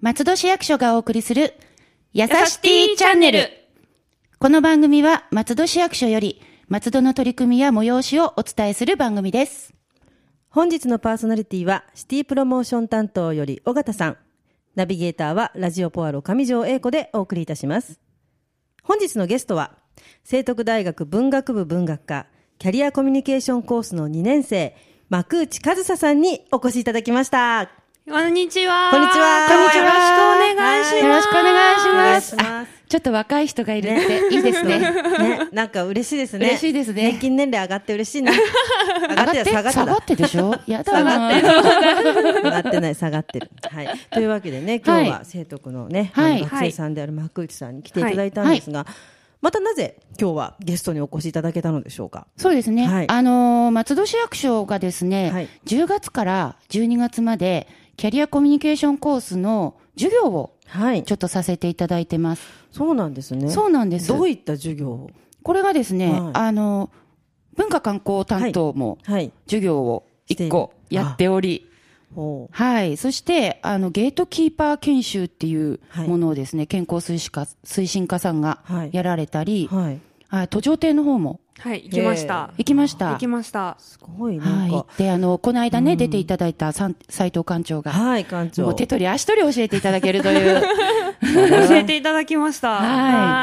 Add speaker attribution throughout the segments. Speaker 1: 松戸市役所がお送りする、やさしティチャンネル。この番組は松戸市役所より、松戸の取り組みや催しをお伝えする番組です。
Speaker 2: 本日のパーソナリティはシティプロモーション担当より尾形さんナビゲーターはラジオポアロ上条英子でお送りいたします本日のゲストは聖徳大学文学部文学科キャリアコミュニケーションコースの2年生幕内和沙さんにお越しいただきました
Speaker 3: こんにちは。
Speaker 2: こんにちは
Speaker 3: こんにちは。よろしくお願いします。
Speaker 1: よろしくお願いし
Speaker 2: お
Speaker 1: ま。
Speaker 2: 願いします
Speaker 1: あちょっと若い人がいるっていいです ね。
Speaker 2: ね、なんか嬉しいですね
Speaker 1: 嬉しいですね
Speaker 2: 平均年齢上がって嬉しいな上
Speaker 1: 上がって、
Speaker 2: た
Speaker 1: 下
Speaker 2: た
Speaker 1: がってでしょやだな
Speaker 2: 上がってない、下がってる。はい。というわけでね、今日
Speaker 1: は
Speaker 2: は聖徳のね、
Speaker 1: はい
Speaker 2: あの学生さんである幕内さんに来ていただいたんですが、またなぜ今日はゲストにお越しいただけたのでしょうか。
Speaker 1: そうですね。
Speaker 2: はい
Speaker 1: あのー松戸市役所がですね、
Speaker 2: はい
Speaker 1: 10月から12月まで、キャリアコミュニケーションコースの授業を
Speaker 2: はい
Speaker 1: ち。ょっとさせていただいてます。
Speaker 2: そうなんですね。
Speaker 1: そうなんです
Speaker 2: どういった授業を
Speaker 1: これがですね、
Speaker 2: はい
Speaker 1: あの、文化観光担当も
Speaker 2: はい。
Speaker 1: 授業を1個やっており、
Speaker 2: ほう。
Speaker 1: はい。そして、あの、ゲートキーパー研修っていう
Speaker 2: はい
Speaker 1: ものをですね、健康推進課、推進課さんが
Speaker 2: はい
Speaker 1: やられたり、
Speaker 2: はい。
Speaker 1: あ途上亭の方も
Speaker 3: はい、行きました。
Speaker 1: 行きました。
Speaker 3: 行きました。
Speaker 2: すごい、なんか
Speaker 1: は。い。で、あの、この間ね、出ていただいたさん斉藤館長が、
Speaker 2: はい、館長。
Speaker 1: もう手取り足取り教えていただけると いう、
Speaker 3: 教えていただきました。
Speaker 1: は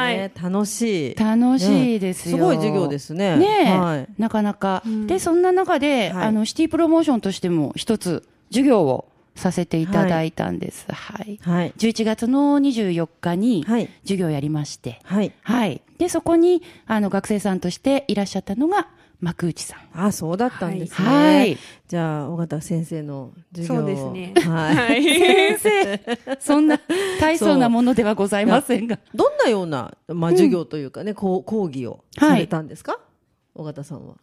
Speaker 3: はい
Speaker 2: ね楽しい。
Speaker 1: 楽しいですよ。
Speaker 2: ねすごい授業ですね。
Speaker 1: ねえ、
Speaker 2: はい。
Speaker 1: なかなか。で、そんな中で、
Speaker 2: はい
Speaker 1: あの、シティプロモーションとしても一つ授業をさせていただいたんです。はい。
Speaker 2: はい。
Speaker 1: 11月の24日に
Speaker 2: はい
Speaker 1: 授業やりまして、
Speaker 2: はい。
Speaker 1: はい。で、そこに、あの、学生さんとしていらっしゃったのが、幕内さん。
Speaker 2: あ、そうだったんですね。
Speaker 1: はい。
Speaker 2: じゃあ、尾形先生の授業を
Speaker 3: そうですね
Speaker 2: はい。
Speaker 3: い。先生。
Speaker 1: そんな、大層なものではございませんが。
Speaker 2: どんなような、まあ、授業というかね、こう講義をされたんですか、尾形さんは。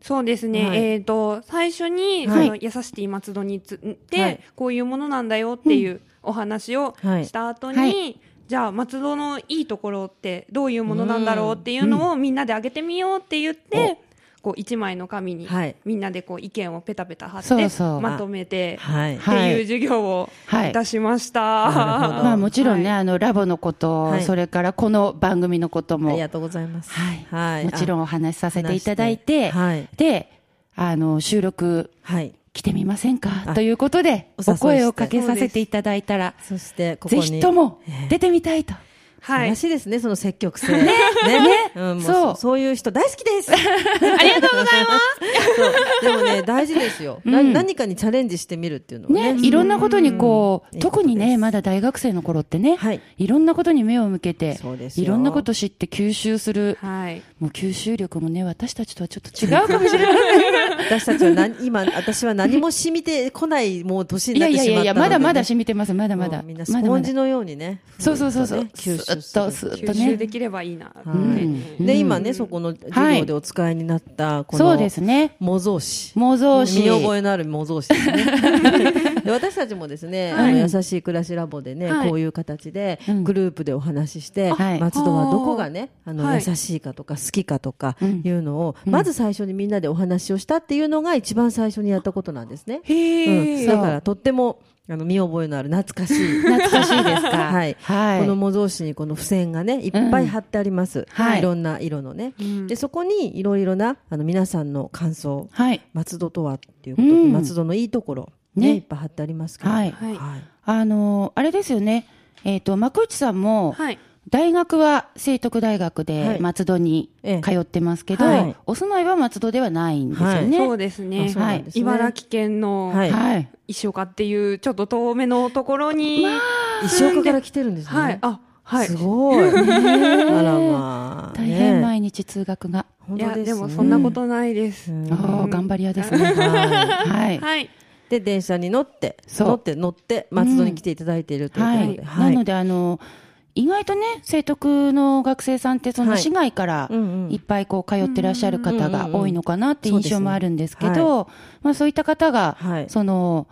Speaker 3: そうですね。
Speaker 2: はい
Speaker 3: えっ、と、最初に、
Speaker 2: はい
Speaker 3: その、やさしティ松戸につって、
Speaker 2: はい
Speaker 3: こういうものなんだよっていうお話を
Speaker 2: はい
Speaker 3: した後に、
Speaker 1: はい
Speaker 3: じゃあ松戸のいいところってどういうものなんだろうっていうのをみんなであげてみようって言って、こう一枚の紙に
Speaker 2: はい
Speaker 3: みんなでこう意見をペタペタ貼って
Speaker 1: そうそう
Speaker 3: まとめて
Speaker 2: はい
Speaker 3: っていう授業を
Speaker 1: はい
Speaker 3: 出しました。
Speaker 2: なるほど
Speaker 1: まあもちろんね、
Speaker 3: はい
Speaker 1: あの、ラボのこと、
Speaker 2: はい
Speaker 1: それからこの番組のこと
Speaker 2: あ
Speaker 1: も
Speaker 2: り、がとうございます。
Speaker 1: はい、もちろん
Speaker 2: ん
Speaker 1: お話しさせていただいて、
Speaker 2: はい。
Speaker 1: で、あの、収録
Speaker 2: はい。
Speaker 1: 来てみませんか
Speaker 2: あ
Speaker 1: ということで、
Speaker 2: お
Speaker 1: お
Speaker 2: 誘いして
Speaker 1: 声をかけさせていただいたら、
Speaker 2: そして、ここ
Speaker 1: ぜ
Speaker 2: に。
Speaker 1: ひとも出てみたいと。
Speaker 2: は。
Speaker 3: はいい
Speaker 2: らしいですね、その積極性。ね。ね。うん、もう
Speaker 1: そう
Speaker 2: そう。そういう人大好きです。あ りがとうございます。でもね、大事ですよ、な何かにチャレンジしてみるっていうのはね。
Speaker 1: ね、いろんなことにこう、
Speaker 2: うん
Speaker 1: 特に
Speaker 2: いいことで
Speaker 1: ね、
Speaker 2: す
Speaker 1: まだ大学生の頃ってね、
Speaker 2: はい
Speaker 1: い、ろんなことに目を向けて
Speaker 2: そうで、すよ
Speaker 1: いろんなこと知って吸収する、
Speaker 3: はい。
Speaker 1: もう吸収力もね、私たちとは ちょっと違うかもしれない。
Speaker 2: 私たちは何、今、私は何も染みてこない、もう年に
Speaker 1: い
Speaker 2: な
Speaker 1: や
Speaker 2: っ
Speaker 1: い
Speaker 2: てしま
Speaker 1: やいや
Speaker 2: ったので、ね。
Speaker 1: いや、まだまだ染みてます、まだまだ。
Speaker 2: うんみんな
Speaker 1: ま
Speaker 2: ス
Speaker 1: だ
Speaker 2: ポ
Speaker 1: ま
Speaker 2: ン
Speaker 1: だ
Speaker 2: ジのようにね。
Speaker 1: そうそうそうそう
Speaker 2: ふっとね吸収
Speaker 1: すっと
Speaker 2: する。
Speaker 1: すっと
Speaker 3: 吸
Speaker 1: ね
Speaker 3: 収できればいいな。
Speaker 2: は
Speaker 1: う
Speaker 2: い。
Speaker 1: ん
Speaker 2: で、
Speaker 1: うん
Speaker 2: 今ね、そこの授業でお使いになった、この、
Speaker 1: そうですね。
Speaker 2: 模造紙。
Speaker 1: 模造紙。
Speaker 2: 見覚えのある模造紙ですね。 で私たちもですね、あの優しい暮らしラボでね、
Speaker 3: はい
Speaker 2: こういう形で
Speaker 1: うん
Speaker 2: グループでお話しして、
Speaker 1: はい
Speaker 2: 松戸はどこがね、あの、
Speaker 3: はい
Speaker 2: 優しいかとか好きかとか
Speaker 1: うん
Speaker 2: いうのを、まず最初にみんなでお話をしたっていうのが一番最初にやったことなんですね。うん、
Speaker 3: へ
Speaker 2: だ
Speaker 3: ー
Speaker 2: からとってもあの見覚えのある懐かしい。
Speaker 1: 懐かしいですか
Speaker 2: はい。
Speaker 1: はい
Speaker 2: この模造紙にこの付箋がね、いっぱい貼ってあります。
Speaker 1: はい
Speaker 2: い。ろんな色のね。
Speaker 3: ん
Speaker 2: で、そこにいろいろな、あの、皆さんの感想、
Speaker 1: はい。
Speaker 2: 松戸とはっていうことと、
Speaker 1: うん
Speaker 2: 松戸のいいところ、ね、
Speaker 1: ね
Speaker 2: いっぱい貼ってありますけど。
Speaker 1: はい
Speaker 3: はい
Speaker 1: あのーあれですよね。えっ、と、幕内さんも、
Speaker 3: はい。
Speaker 1: 大学は聖徳大学
Speaker 2: は
Speaker 1: で
Speaker 2: い
Speaker 1: 松戸に
Speaker 2: ええ
Speaker 1: 通ってますけど、
Speaker 2: はい
Speaker 1: お住まいは松戸ではないんですよね。
Speaker 3: そうです
Speaker 2: あ
Speaker 3: ね
Speaker 2: そうなんですね
Speaker 3: 茨城県の
Speaker 2: はい
Speaker 1: はい。
Speaker 3: 石岡っていうちょっと遠めのところに、
Speaker 2: 石岡から来てるんですね。
Speaker 3: はい、あ、はい。
Speaker 2: すごい。あらまあ。
Speaker 1: 大変
Speaker 2: ね。
Speaker 1: 毎日通学が。
Speaker 2: 本
Speaker 3: い
Speaker 2: 当で
Speaker 3: や、
Speaker 2: すね。
Speaker 3: でもそんなことないです。
Speaker 2: うん
Speaker 1: ああ、頑張り屋 ですね。
Speaker 2: はい
Speaker 1: はい。
Speaker 3: はい。
Speaker 2: で、電車に乗って、
Speaker 1: そう
Speaker 2: 乗って、乗って、松戸に来ていただいているという
Speaker 1: は
Speaker 2: こと
Speaker 1: い。
Speaker 2: で。
Speaker 1: なので、あのー意外とね、聖徳の学生さんって、その
Speaker 2: はい
Speaker 1: 市外から、
Speaker 2: うんうん
Speaker 1: いっぱいこう通ってらっしゃる方が多いのかなって
Speaker 2: うんうんうん
Speaker 1: 印象もあるんですけ
Speaker 2: そうですね
Speaker 1: ど、まあそういった方が
Speaker 2: はい、
Speaker 1: その、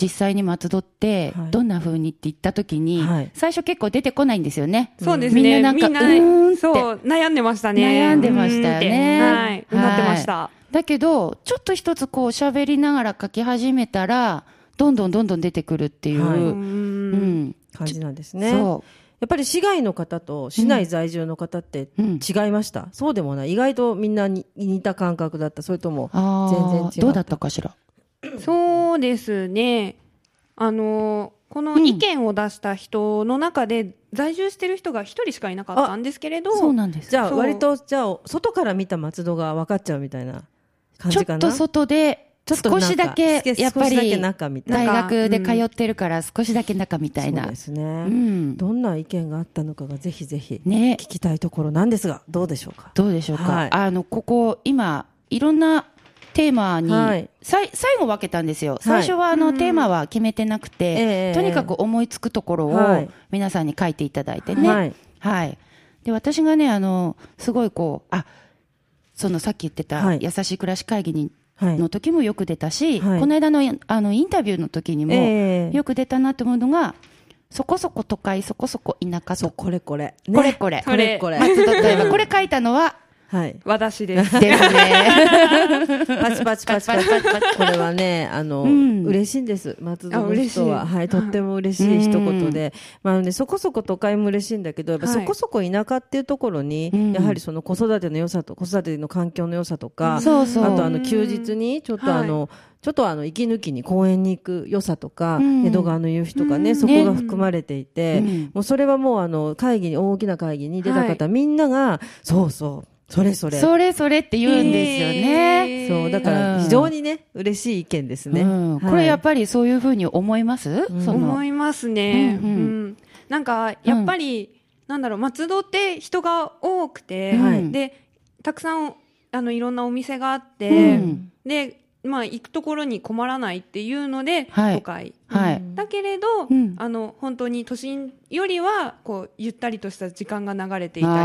Speaker 1: 実際に松戸って
Speaker 2: はい、
Speaker 1: どんな風にって言った時に
Speaker 2: はい、
Speaker 1: 最初結構出てこないんですよね。
Speaker 3: そうですね。
Speaker 1: みんななんか
Speaker 3: みんな
Speaker 1: うーんって
Speaker 3: そう、悩んでましたね。
Speaker 1: 悩んでましたよね
Speaker 3: うーんっては
Speaker 1: はい
Speaker 3: い。なってました。
Speaker 1: だけど、ちょっと一つこう喋りながら書き始めたら、どんどんどんどん出てくるっていう。
Speaker 2: はいう
Speaker 3: ー
Speaker 1: うんん。
Speaker 2: 感じなんですね。
Speaker 1: そ
Speaker 2: やっぱり市外の方と市内在住の方って
Speaker 1: う。うん。
Speaker 2: 違いました、そうでもない意外とみんなに似た感覚だったそれとも
Speaker 1: ああ、
Speaker 2: 全然違う
Speaker 1: どうだったかしら。
Speaker 3: そうですね。あのこの意見を出した人の中で在住してる人が一人しかいなかったんですけれど、
Speaker 1: そうなんです。
Speaker 2: じゃあ
Speaker 3: そう
Speaker 2: 割とじゃあ外から見た松戸が分かっちゃうみたいな感
Speaker 1: ちょ
Speaker 2: じか
Speaker 1: っ
Speaker 2: な
Speaker 1: と外で、
Speaker 2: ちょっと
Speaker 1: 少しだけ
Speaker 2: なんか、
Speaker 1: やっぱ
Speaker 2: 少しだけ
Speaker 1: り、
Speaker 2: 中みたいな
Speaker 1: 大学で通
Speaker 3: なんか
Speaker 1: ってるから少しだけ中みたい
Speaker 2: そう
Speaker 1: な
Speaker 2: で。すね、
Speaker 1: うん。
Speaker 2: どんな意見があったのかがぜひぜひ聞
Speaker 1: ね。
Speaker 2: きたいところなんですがどうでしょうか
Speaker 1: どうでしょうか、
Speaker 2: はい
Speaker 1: あのここ今いろんなテーマに、
Speaker 2: はい
Speaker 1: さい最後分けたんですよ、最初はあの、
Speaker 3: うん
Speaker 1: テーマは決めてなくて、
Speaker 2: ええ
Speaker 1: とにかく思いつくところを
Speaker 2: はい
Speaker 1: 皆さんに書いていただいてね、は
Speaker 2: はいい、
Speaker 1: で私がねあのすごいこうあそのさっき言ってた「
Speaker 2: はい
Speaker 1: 優しい暮らし会議に」
Speaker 2: はい
Speaker 1: の時もよく出たし、
Speaker 2: はい
Speaker 1: この間のあのインタビューの時にも
Speaker 2: ええ
Speaker 1: よく出たなと思うのが、そこそこ都会そこそこ田舎
Speaker 2: そう
Speaker 1: と
Speaker 2: これこれ、
Speaker 1: これこれ
Speaker 2: これこれ
Speaker 1: 松戸といえばこれ書いたの は
Speaker 2: はい
Speaker 3: 私で
Speaker 1: です
Speaker 3: す。
Speaker 1: ね。
Speaker 2: パチパチパチパチパチパチ これはねあの、
Speaker 1: うん
Speaker 2: 嬉しいんです松戸
Speaker 3: あ
Speaker 2: の
Speaker 3: 嬉しい
Speaker 2: 人ははいとっても嬉しい一言で、まあねそこそこ都会も嬉しいんだけどやっぱ
Speaker 3: はい
Speaker 2: そこそこ田舎っていうところに、
Speaker 1: うん
Speaker 2: やはりその子育ての良さと子育ての環境の良さとか、
Speaker 1: そうそう。
Speaker 2: あとあの休日にちょっとあの、ちょっとあの息抜きに公園に行く良さとか、
Speaker 1: うん
Speaker 2: 江戸川の夕日とかね、
Speaker 3: うん
Speaker 2: そこが含まれてい
Speaker 1: う
Speaker 2: て、
Speaker 1: ん
Speaker 2: もうそれはもうあの会議に大きな会議に出た方、みんながそうそうそれそれ
Speaker 1: それそれって言うんですよね。
Speaker 3: えー
Speaker 2: そう、だか
Speaker 1: う
Speaker 2: ら
Speaker 1: ん
Speaker 2: 非常にね、嬉しい意見ですね。
Speaker 1: うん
Speaker 2: はい
Speaker 1: これやっぱりそういうふうに思います
Speaker 2: うん
Speaker 1: その
Speaker 3: 思いますね。
Speaker 1: う
Speaker 3: うんん、
Speaker 1: うん
Speaker 3: なんかやっぱり、なんだろう松戸って人が多くて、
Speaker 1: はい
Speaker 3: でたくさんあのいろんなお店があって、
Speaker 1: うん
Speaker 3: でまあ行くところに困らないっていうので、
Speaker 1: はい
Speaker 3: 都会。
Speaker 1: は
Speaker 2: う
Speaker 1: い。
Speaker 2: ん
Speaker 3: だけれど、
Speaker 1: うん
Speaker 3: あの本当に都心よりはこうゆったりとした時間が流れていたりと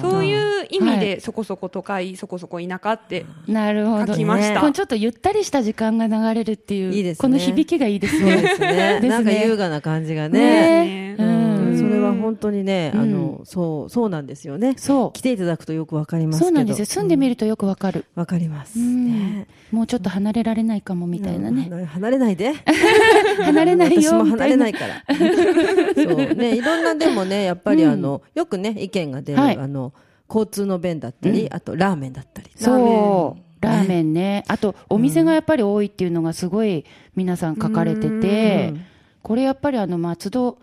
Speaker 1: あー
Speaker 3: そういう意味で、
Speaker 1: は
Speaker 3: そこそこ都会そこそこ田舎って
Speaker 1: なるほど。
Speaker 3: 書きました
Speaker 1: このちょっとゆったりした時間が流れるっていう。
Speaker 2: いいですね
Speaker 1: この響きがいいです
Speaker 2: そうで
Speaker 1: ね。
Speaker 2: す
Speaker 1: です
Speaker 2: ね
Speaker 1: ね
Speaker 2: なんか優雅な感じがね。
Speaker 1: ね
Speaker 3: ね
Speaker 1: うん
Speaker 2: うんそれは本当にね、
Speaker 1: うん
Speaker 2: あの、そう、そうなんですよね。
Speaker 1: そ
Speaker 2: 来ていただくとよくわかり
Speaker 1: う。
Speaker 2: ますけど。
Speaker 1: そうなんですよ。住んでみ
Speaker 2: る。
Speaker 1: るとよくわかる。
Speaker 2: わかります。
Speaker 1: うん
Speaker 2: ね
Speaker 1: もうちょっと離れられないかもみたいなね。
Speaker 2: うん離れないで。
Speaker 1: 離れないよ。
Speaker 2: 私も離れない
Speaker 1: み
Speaker 2: から。 そうね、いろんなでもね、やっぱりあの、よくね、意見が出る、
Speaker 1: はい
Speaker 2: あの、交通の便だったり、あとラーメンだったり。
Speaker 1: たいな。そう。ラーメンね。あと、お店がやっぱり多いっていうのがすごい皆さん書かれてて。
Speaker 2: うん
Speaker 1: これやっぱりあの松戸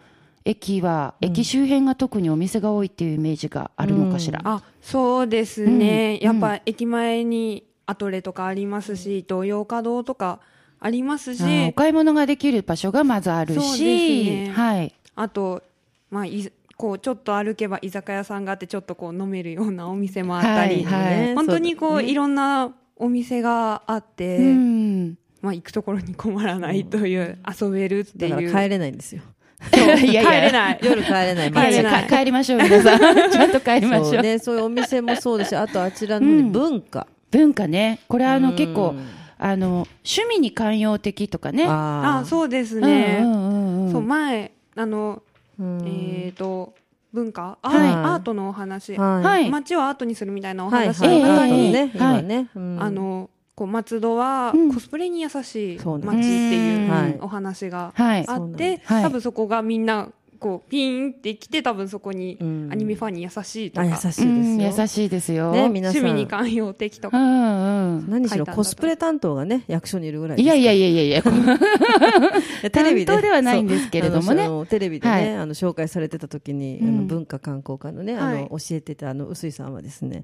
Speaker 1: 駅は、駅周辺が特にお店が多いっていうイメージがあるのかしら。
Speaker 3: あそうですね、
Speaker 1: うん
Speaker 3: やっぱ駅前にアトレとかありますし東洋華堂とかありますし
Speaker 1: あーお買い物ができる場所がまずある
Speaker 3: そう
Speaker 1: し、
Speaker 3: ですね
Speaker 1: はい。
Speaker 3: あと、まあ、いこうちょっと歩けば居酒屋さんがあってちょっとこう飲めるようなお店もあったり、
Speaker 1: はいはい
Speaker 3: 本当にこう、い
Speaker 2: ろ
Speaker 3: ろんなお店があって、
Speaker 1: うん。
Speaker 3: まあ、行くところに困らないという、遊べるって
Speaker 2: だ
Speaker 3: い
Speaker 2: から
Speaker 3: う
Speaker 2: 帰れないんですよ。
Speaker 1: いやいや
Speaker 3: 帰れない
Speaker 2: 夜帰れない。
Speaker 1: 帰
Speaker 3: 帰
Speaker 1: れ
Speaker 3: れ
Speaker 1: な
Speaker 3: ないい
Speaker 1: 帰帰りましょう、皆さん。ちゃんと帰りまし
Speaker 2: そ
Speaker 1: ょ
Speaker 2: う
Speaker 1: う。
Speaker 2: ね、そういうお店もそうですし、あとあちらのね
Speaker 1: うん
Speaker 2: 文化。
Speaker 1: 文化ね。これあの
Speaker 2: うん
Speaker 1: 結構、あの、趣味に寛容的とかね。
Speaker 2: あ
Speaker 3: あ
Speaker 2: う。
Speaker 3: そうです
Speaker 1: うん
Speaker 3: ね、
Speaker 1: うんうんうん
Speaker 3: そう前あの、
Speaker 2: うん
Speaker 3: えっ、と文化あ、
Speaker 1: はい
Speaker 3: アートのお話、
Speaker 1: は
Speaker 2: はいい。
Speaker 3: 街をアートにするみたいなお
Speaker 2: はい。
Speaker 3: 話
Speaker 2: は
Speaker 3: を
Speaker 1: え
Speaker 2: い。
Speaker 1: え
Speaker 2: あと
Speaker 1: ええ
Speaker 2: ね、
Speaker 1: はい
Speaker 2: 今ね。うん
Speaker 3: あ、のこう松戸は
Speaker 1: うん
Speaker 3: コスプレに優しい
Speaker 2: そう
Speaker 3: 街っ
Speaker 1: ん
Speaker 2: な
Speaker 3: て
Speaker 1: です
Speaker 3: いう
Speaker 2: はい
Speaker 3: お話が
Speaker 1: はい。
Speaker 3: あ
Speaker 2: そうなん
Speaker 3: っ
Speaker 2: で
Speaker 3: て、
Speaker 1: すはい
Speaker 3: 多分そこがみんなこうピーンってきて多分そこに
Speaker 2: うん
Speaker 3: アニメファンに優しいと
Speaker 2: あ
Speaker 3: か、
Speaker 2: 優しいです
Speaker 1: う
Speaker 2: よ。
Speaker 1: ん優しいですよ。
Speaker 2: ね、皆さ
Speaker 3: 趣味に
Speaker 2: ん。
Speaker 3: 寛容的と
Speaker 1: う
Speaker 3: か、
Speaker 1: んうん。
Speaker 2: 何しろ
Speaker 3: 書いたんだと
Speaker 2: コスプレ担当がね、役所にいるぐらい
Speaker 1: いやいや
Speaker 2: い
Speaker 1: いやいやいや、
Speaker 2: や、テレ
Speaker 1: 担
Speaker 2: ビで。
Speaker 1: 当ではないん
Speaker 2: で
Speaker 1: ですけれどもね。
Speaker 2: テレビで
Speaker 1: はい
Speaker 2: ね、あの、紹介されてた時に、あ
Speaker 1: う
Speaker 2: の
Speaker 1: ん
Speaker 2: 文化観光課のね、あ
Speaker 3: はい
Speaker 2: の、教えてた、あの、臼井さんはですね、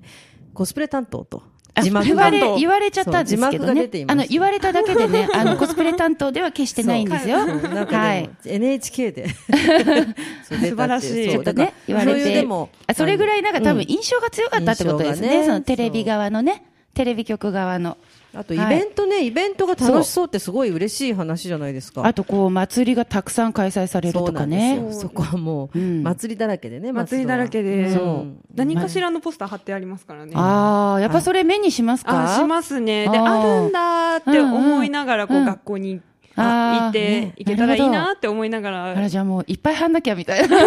Speaker 2: コスプレ担当と、
Speaker 1: あ
Speaker 2: 字幕
Speaker 1: 言わ
Speaker 2: 担
Speaker 1: れ
Speaker 2: 当。
Speaker 1: 言われちゃったんですけ
Speaker 2: そう字
Speaker 1: ど
Speaker 2: 幕が
Speaker 1: ね
Speaker 2: 出てい。ま
Speaker 1: あ
Speaker 2: す
Speaker 1: の言われただけで ね、あのコスプレ担当では決してないんですよ。
Speaker 2: そうそうなんかでも
Speaker 1: はい。
Speaker 2: NHK でそう出たってう
Speaker 3: 素晴らしい
Speaker 2: そう
Speaker 1: ちょっと
Speaker 2: だ
Speaker 1: ね
Speaker 2: か、
Speaker 1: 言われ
Speaker 2: そういう
Speaker 1: て
Speaker 2: でも。
Speaker 1: あそれぐらいなんか多分
Speaker 2: う
Speaker 1: 印象が強かったってことです
Speaker 2: 印象
Speaker 1: ね。
Speaker 2: がね
Speaker 1: そのテレビ側のね、テレビ局側の。
Speaker 2: あとイベントね、イベントが楽しそうってすごい嬉しい話じゃないですか
Speaker 1: あとこう祭りがたくさん開催される
Speaker 2: そ
Speaker 1: と
Speaker 2: うな
Speaker 1: か
Speaker 2: んです
Speaker 1: ね
Speaker 2: よ。そこはもう
Speaker 1: うん
Speaker 2: 祭りだらけでね
Speaker 3: 祭りだらけ
Speaker 2: で
Speaker 3: で、
Speaker 1: そう
Speaker 2: うん
Speaker 3: 何かしらのポスター貼ってありますからね。
Speaker 1: ああ、やっぱそれ目にしますか。
Speaker 3: あしますね。で、
Speaker 1: あ
Speaker 3: あ
Speaker 1: ー
Speaker 3: るんだーって思いながら、こ
Speaker 1: うん
Speaker 3: う、
Speaker 1: うん
Speaker 3: 学校に
Speaker 1: あー
Speaker 3: 行って
Speaker 1: ね、
Speaker 3: 行けたらいい
Speaker 1: なるほ
Speaker 3: なーって思いながら、
Speaker 1: あらじゃあもういっぱい貼んなきゃみたいな。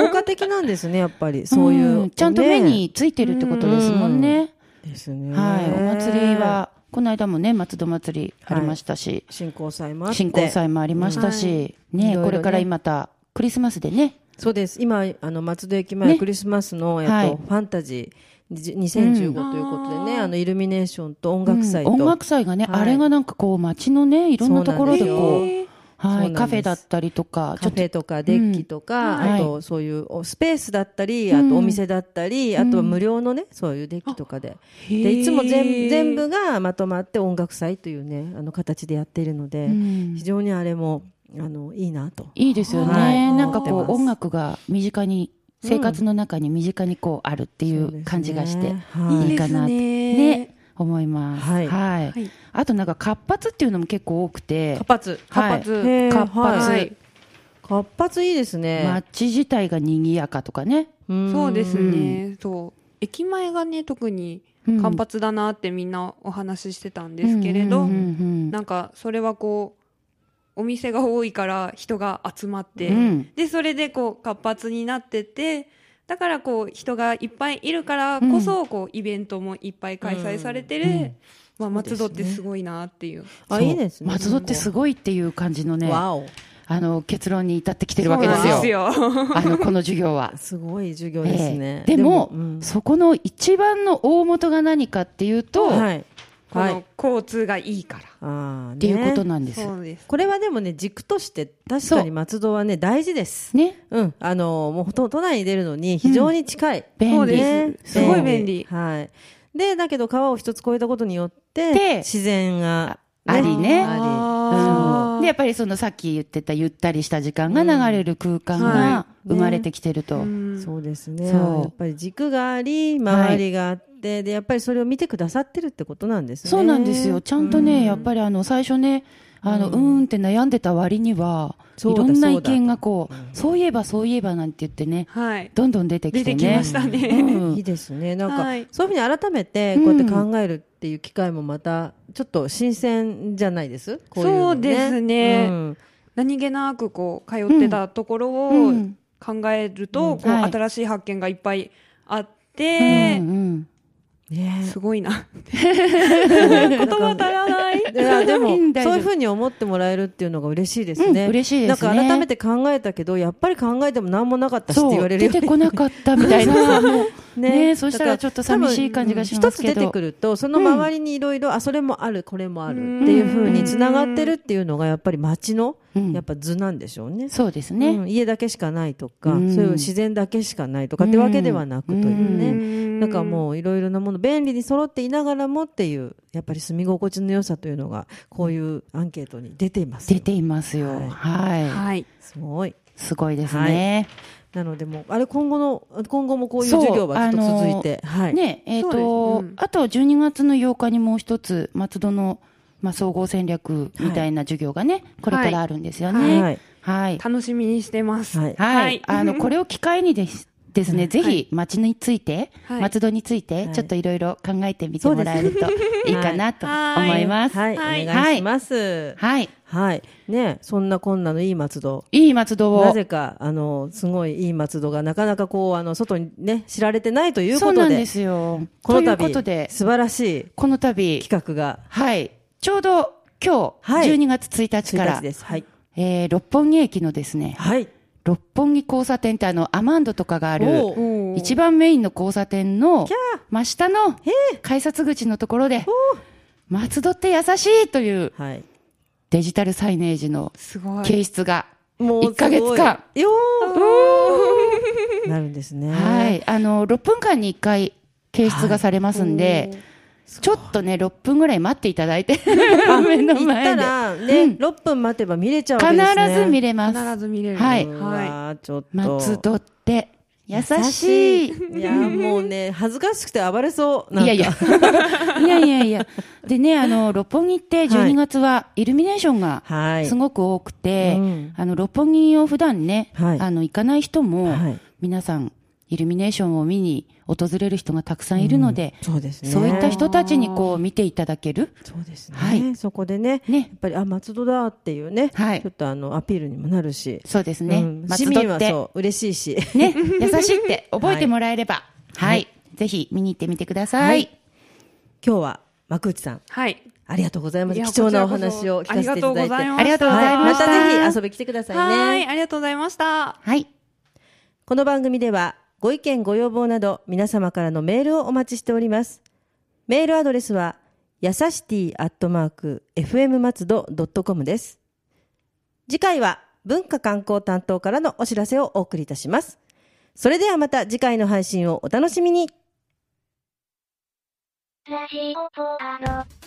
Speaker 2: 効果的なんですねやっぱりそういう、
Speaker 1: んちゃんと目
Speaker 2: ね
Speaker 1: についてるってことですもんね。
Speaker 2: ですね。
Speaker 1: はい、お祭りは、この間もね、松戸祭りありましたし、
Speaker 2: 新興祭もあって
Speaker 1: 新興祭もありましたし、ね
Speaker 2: いろいろね
Speaker 1: これからまた、クリスマスでね、
Speaker 2: そうです今あの松戸駅前、
Speaker 1: ね
Speaker 2: クリスマスの、えっと
Speaker 1: はい
Speaker 2: ファンタジー2015ということでね、
Speaker 3: あー
Speaker 2: あのイルミネーションと音楽祭と、
Speaker 1: 音楽祭がね、
Speaker 2: はい
Speaker 1: あれがなんかこう、街のね、いろんなところで
Speaker 2: そう
Speaker 1: こう、
Speaker 2: なんで
Speaker 1: は
Speaker 2: そうなん
Speaker 1: い、
Speaker 2: です
Speaker 1: カフェだったりとか、ち
Speaker 2: カ
Speaker 1: ょっ
Speaker 2: フ
Speaker 1: と
Speaker 2: ェとかデッキとか、
Speaker 1: うん
Speaker 2: あ
Speaker 1: は
Speaker 2: とそういうおスペースだったり、
Speaker 1: うん
Speaker 2: あとお店だったり、あとは無料のねそういうデッキとかで,、でいつも全全部がまとまって音楽祭というねあの形でやっているので、
Speaker 1: うん
Speaker 2: 非常にあれもあのいいなと。
Speaker 1: いいですよね、
Speaker 2: はい
Speaker 1: なんか
Speaker 2: 思
Speaker 1: こ
Speaker 2: って
Speaker 1: う、
Speaker 2: ます
Speaker 1: 音楽が身近に、生活の中に身近にこうあるっていう感じがして、
Speaker 2: はい
Speaker 1: いいかなって
Speaker 3: いいですね
Speaker 1: ね、思います。
Speaker 2: は
Speaker 1: はいい。
Speaker 3: はい
Speaker 1: あとなんか活発っていうのも結構多くて、
Speaker 2: 発
Speaker 1: はい
Speaker 3: 活発
Speaker 2: へー
Speaker 1: 活発
Speaker 2: はい活発いいですね、
Speaker 1: 街自体が賑やかとかね。
Speaker 2: うん
Speaker 3: そうですね、そう駅前がね特に
Speaker 1: うん
Speaker 3: 活発だなってみんなお話ししてたんですけれど、
Speaker 1: うんうん
Speaker 3: なんかそれはこうお店が多いから人が集まって、
Speaker 1: うんうん
Speaker 3: でそれでこう活発になっててだからこう人がいっぱいいるからこそ、こうイベントもいっぱい開催されてる、
Speaker 1: うん
Speaker 3: まあ、松戸っ
Speaker 2: そうで
Speaker 3: て
Speaker 2: すね
Speaker 3: すごいなっていう。
Speaker 2: あ
Speaker 1: そう
Speaker 2: いいですね
Speaker 1: 松戸ってすごいっていう感じのね、
Speaker 2: わお
Speaker 1: あの結論に至ってきて
Speaker 3: そ
Speaker 1: る
Speaker 3: う
Speaker 1: わけで
Speaker 3: なん
Speaker 1: す
Speaker 3: で
Speaker 1: よ。
Speaker 3: すよ。
Speaker 1: あのこの授業は。
Speaker 2: すごい授業ですね、
Speaker 1: ええでも
Speaker 2: うん
Speaker 1: そこの一番の大元が何かっていうと、っ
Speaker 2: はい
Speaker 3: こ
Speaker 2: はい
Speaker 3: の交通がいいから。
Speaker 2: あって
Speaker 1: いうことなんです。
Speaker 3: そうです。
Speaker 2: これはでもね軸として確かに松戸はね大事です
Speaker 1: ね、
Speaker 2: うんあのもうほとんど都内に出るのに非常に近い、
Speaker 1: 便
Speaker 3: そう
Speaker 1: 利。
Speaker 3: ですすごい便利
Speaker 2: はいでだけど川を一つ越えたことによって
Speaker 1: で
Speaker 2: 自然が
Speaker 1: ありね
Speaker 3: あー
Speaker 1: でやっぱりそのさっき言ってたゆったりした時間が流れる空間
Speaker 3: うん
Speaker 1: が
Speaker 3: は
Speaker 1: 生まれてきてると、
Speaker 3: うん
Speaker 2: そうですね
Speaker 1: そう
Speaker 2: やっぱり軸があり周りがあって、でやっぱりそれを見てくださってるってことなんですね
Speaker 1: そうなんですよちゃんとね、
Speaker 3: うん
Speaker 1: やっぱりあの最初ねあのうーんって悩んでた割には
Speaker 2: そう
Speaker 1: い
Speaker 2: だ
Speaker 1: ろんな
Speaker 2: そ
Speaker 1: 意
Speaker 2: うだ
Speaker 1: 見がこうそういえばそういえばなんて言ってね
Speaker 3: はい。
Speaker 1: どんどん出てき
Speaker 3: 出
Speaker 1: て
Speaker 3: て
Speaker 1: ね
Speaker 3: きましたね。
Speaker 1: う ん
Speaker 2: いいですね。なんか、
Speaker 3: はい
Speaker 2: そういうふうに改めて、こうやって考えるっていう機会もまた、ちょっと新鮮じゃないですこういうのね
Speaker 3: そうですね
Speaker 2: うん
Speaker 3: 何気なくこう通ってたところ
Speaker 1: う
Speaker 3: を
Speaker 1: ん
Speaker 3: 考える
Speaker 1: う
Speaker 3: と、
Speaker 1: ん
Speaker 3: こう
Speaker 1: はい
Speaker 3: 新しい発見がいっぱいあっ
Speaker 1: う
Speaker 3: て、
Speaker 1: ん
Speaker 2: ね
Speaker 3: すごいな。
Speaker 2: 言
Speaker 3: 言葉足らない。
Speaker 2: いやでも
Speaker 1: 大丈夫
Speaker 2: そういうふうに思ってもらえるっていうのが嬉しいで
Speaker 1: う
Speaker 2: す
Speaker 1: ん
Speaker 2: ね、
Speaker 1: 嬉しいで
Speaker 2: なん
Speaker 1: すね
Speaker 2: か改めて考えたけどやっぱり考えても何もなかったしって
Speaker 1: そ
Speaker 2: 言わ
Speaker 1: う
Speaker 2: れる
Speaker 1: 出
Speaker 2: よね
Speaker 1: てこなかったみたい なねそした
Speaker 2: だから
Speaker 1: ちょっと寂しい感じがしますけ
Speaker 2: 多分うん一つ出て
Speaker 1: ど
Speaker 2: くるとその周りにいろいろあそれもあるこれもあ
Speaker 3: う
Speaker 2: る
Speaker 3: ん
Speaker 2: っていうふうにつながってるっていうのがやっぱり街の
Speaker 1: うん
Speaker 2: やっぱ図なんでしょうね、
Speaker 1: そうです
Speaker 2: う
Speaker 1: ね、
Speaker 2: ん家だけしかないとか、
Speaker 1: うん
Speaker 2: そういう自然だけしかないとかってわけではなくと いう
Speaker 1: う
Speaker 2: ね、
Speaker 3: ん
Speaker 2: なんかもういろいろなもの便利に揃っていながらもっていうやっぱり住み心地の良さというのがこういうアンケートに出ていますよ
Speaker 1: 出ていますよはい、
Speaker 3: はい。
Speaker 2: すごい
Speaker 1: すごいですね、
Speaker 2: なのでもうあれ今後の今後もこういう授業はずっと続いて、はい、
Speaker 1: ねえっ、
Speaker 3: そ
Speaker 1: と、
Speaker 3: うですうん
Speaker 1: あと12月の8日にもう一つ松戸の、まあ、総合戦略みたいな授業がね、これからあるんですよね。
Speaker 2: はい
Speaker 1: はい。
Speaker 3: 楽しみにしてます。
Speaker 2: はい
Speaker 1: はい。
Speaker 3: はい
Speaker 1: あ の、これを機会にです。ですね、ぜ
Speaker 3: は
Speaker 1: ひ町について、
Speaker 3: はい
Speaker 1: 松戸について、
Speaker 2: はい
Speaker 1: ちょっといろいろ考えてみてもらえるといいかなと
Speaker 3: はい
Speaker 1: 思います。はい。
Speaker 2: はい、
Speaker 3: はい
Speaker 2: お願いします
Speaker 1: はい
Speaker 2: はい、ねそんなこんなのいい松戸
Speaker 1: いい松戸を。
Speaker 2: なぜかあのすごいいい松戸がなかなかこうあの外にね知られてないという
Speaker 1: そ
Speaker 2: こ
Speaker 1: う
Speaker 2: と
Speaker 1: なんで
Speaker 2: です
Speaker 1: よ。
Speaker 2: こと
Speaker 1: い
Speaker 2: の
Speaker 1: うこと
Speaker 2: 度
Speaker 1: で、
Speaker 2: 素晴らしい
Speaker 1: この度、
Speaker 2: 企画が
Speaker 1: はい。ちょうど今日、
Speaker 2: はい
Speaker 1: 12月1日か
Speaker 2: 1日
Speaker 1: ら、
Speaker 2: です。はい。
Speaker 1: えー六本木駅のですね、
Speaker 2: はい。
Speaker 1: 六本木交差点ってあのアマンドとかがある
Speaker 2: おう
Speaker 1: 一番メインの交差点の
Speaker 2: キャー
Speaker 1: 真下の改札口のところで松戸って優しいという
Speaker 2: はい。
Speaker 1: デジタルサイネージの
Speaker 3: すごい。
Speaker 1: 掲出が
Speaker 2: も
Speaker 1: 1ヶ月間。
Speaker 2: すごいよーなるんですね。
Speaker 1: はいあの6分間に1回掲出がされますんで、ちょっとね6分ぐらい待っていただいて目の
Speaker 2: 行った
Speaker 1: 前で
Speaker 2: ら、ね、六分待てば見れちゃうわけですね。
Speaker 1: 必ず見
Speaker 2: れ
Speaker 1: れます
Speaker 3: 必ず見れる。
Speaker 1: はい
Speaker 3: は
Speaker 2: はい。ちょっと。
Speaker 1: 松戸って優しい
Speaker 2: いや、もうね、恥ずかしくて暴れそう。なん
Speaker 1: いや
Speaker 2: か
Speaker 1: いや。。 いやいやいや。でね、あの、六本木って
Speaker 2: はい
Speaker 1: 12月はイルミネーションが
Speaker 2: はい。
Speaker 1: すごく多くて、
Speaker 2: うん
Speaker 1: あの、六本木を普段ね、
Speaker 2: はい
Speaker 1: あの、行かない人も、
Speaker 2: はい
Speaker 1: 皆さん、イルミネーションを見に訪れる人がたくさんいるので、
Speaker 2: そうですね。
Speaker 1: そういった人たちにこう見ていただける。
Speaker 2: そうですね。
Speaker 1: はい
Speaker 2: そこでね、や
Speaker 1: ね
Speaker 2: っ。ぱり、あ、松戸だっていうね、
Speaker 1: はい
Speaker 2: ちょっとあの、アピールにもなるし。
Speaker 1: そうですね。
Speaker 2: うん
Speaker 1: 松
Speaker 2: 市民
Speaker 1: 戸っ
Speaker 2: は
Speaker 1: て、
Speaker 2: そう、嬉し いし。
Speaker 1: ね、優しいって覚えてもらえれば、はい。ぜひ見に行ってみてください。
Speaker 2: 今日は幕内さん、
Speaker 3: はい。
Speaker 2: ありがとうございま
Speaker 3: い
Speaker 2: す。
Speaker 3: や
Speaker 2: 貴重なお話を
Speaker 3: こ
Speaker 2: 聞
Speaker 3: ちら
Speaker 2: かせて
Speaker 3: こそ
Speaker 2: いただいて。
Speaker 1: ありがとうございました
Speaker 2: はいまたぜひ遊び来てくださ
Speaker 3: はい
Speaker 2: ね。
Speaker 3: い、ありがとうございました。
Speaker 1: はい。
Speaker 2: この番組では、ご意見ご要望など、皆様からのメールをお待ちしております。メールアドレスは、やさしティアットマーク、fm 松戸 .com です。次回は、文化観光担当からのお知らせをお送りいたします。それではまた次回の配信をお楽しみに。
Speaker 4: ラジオポアド。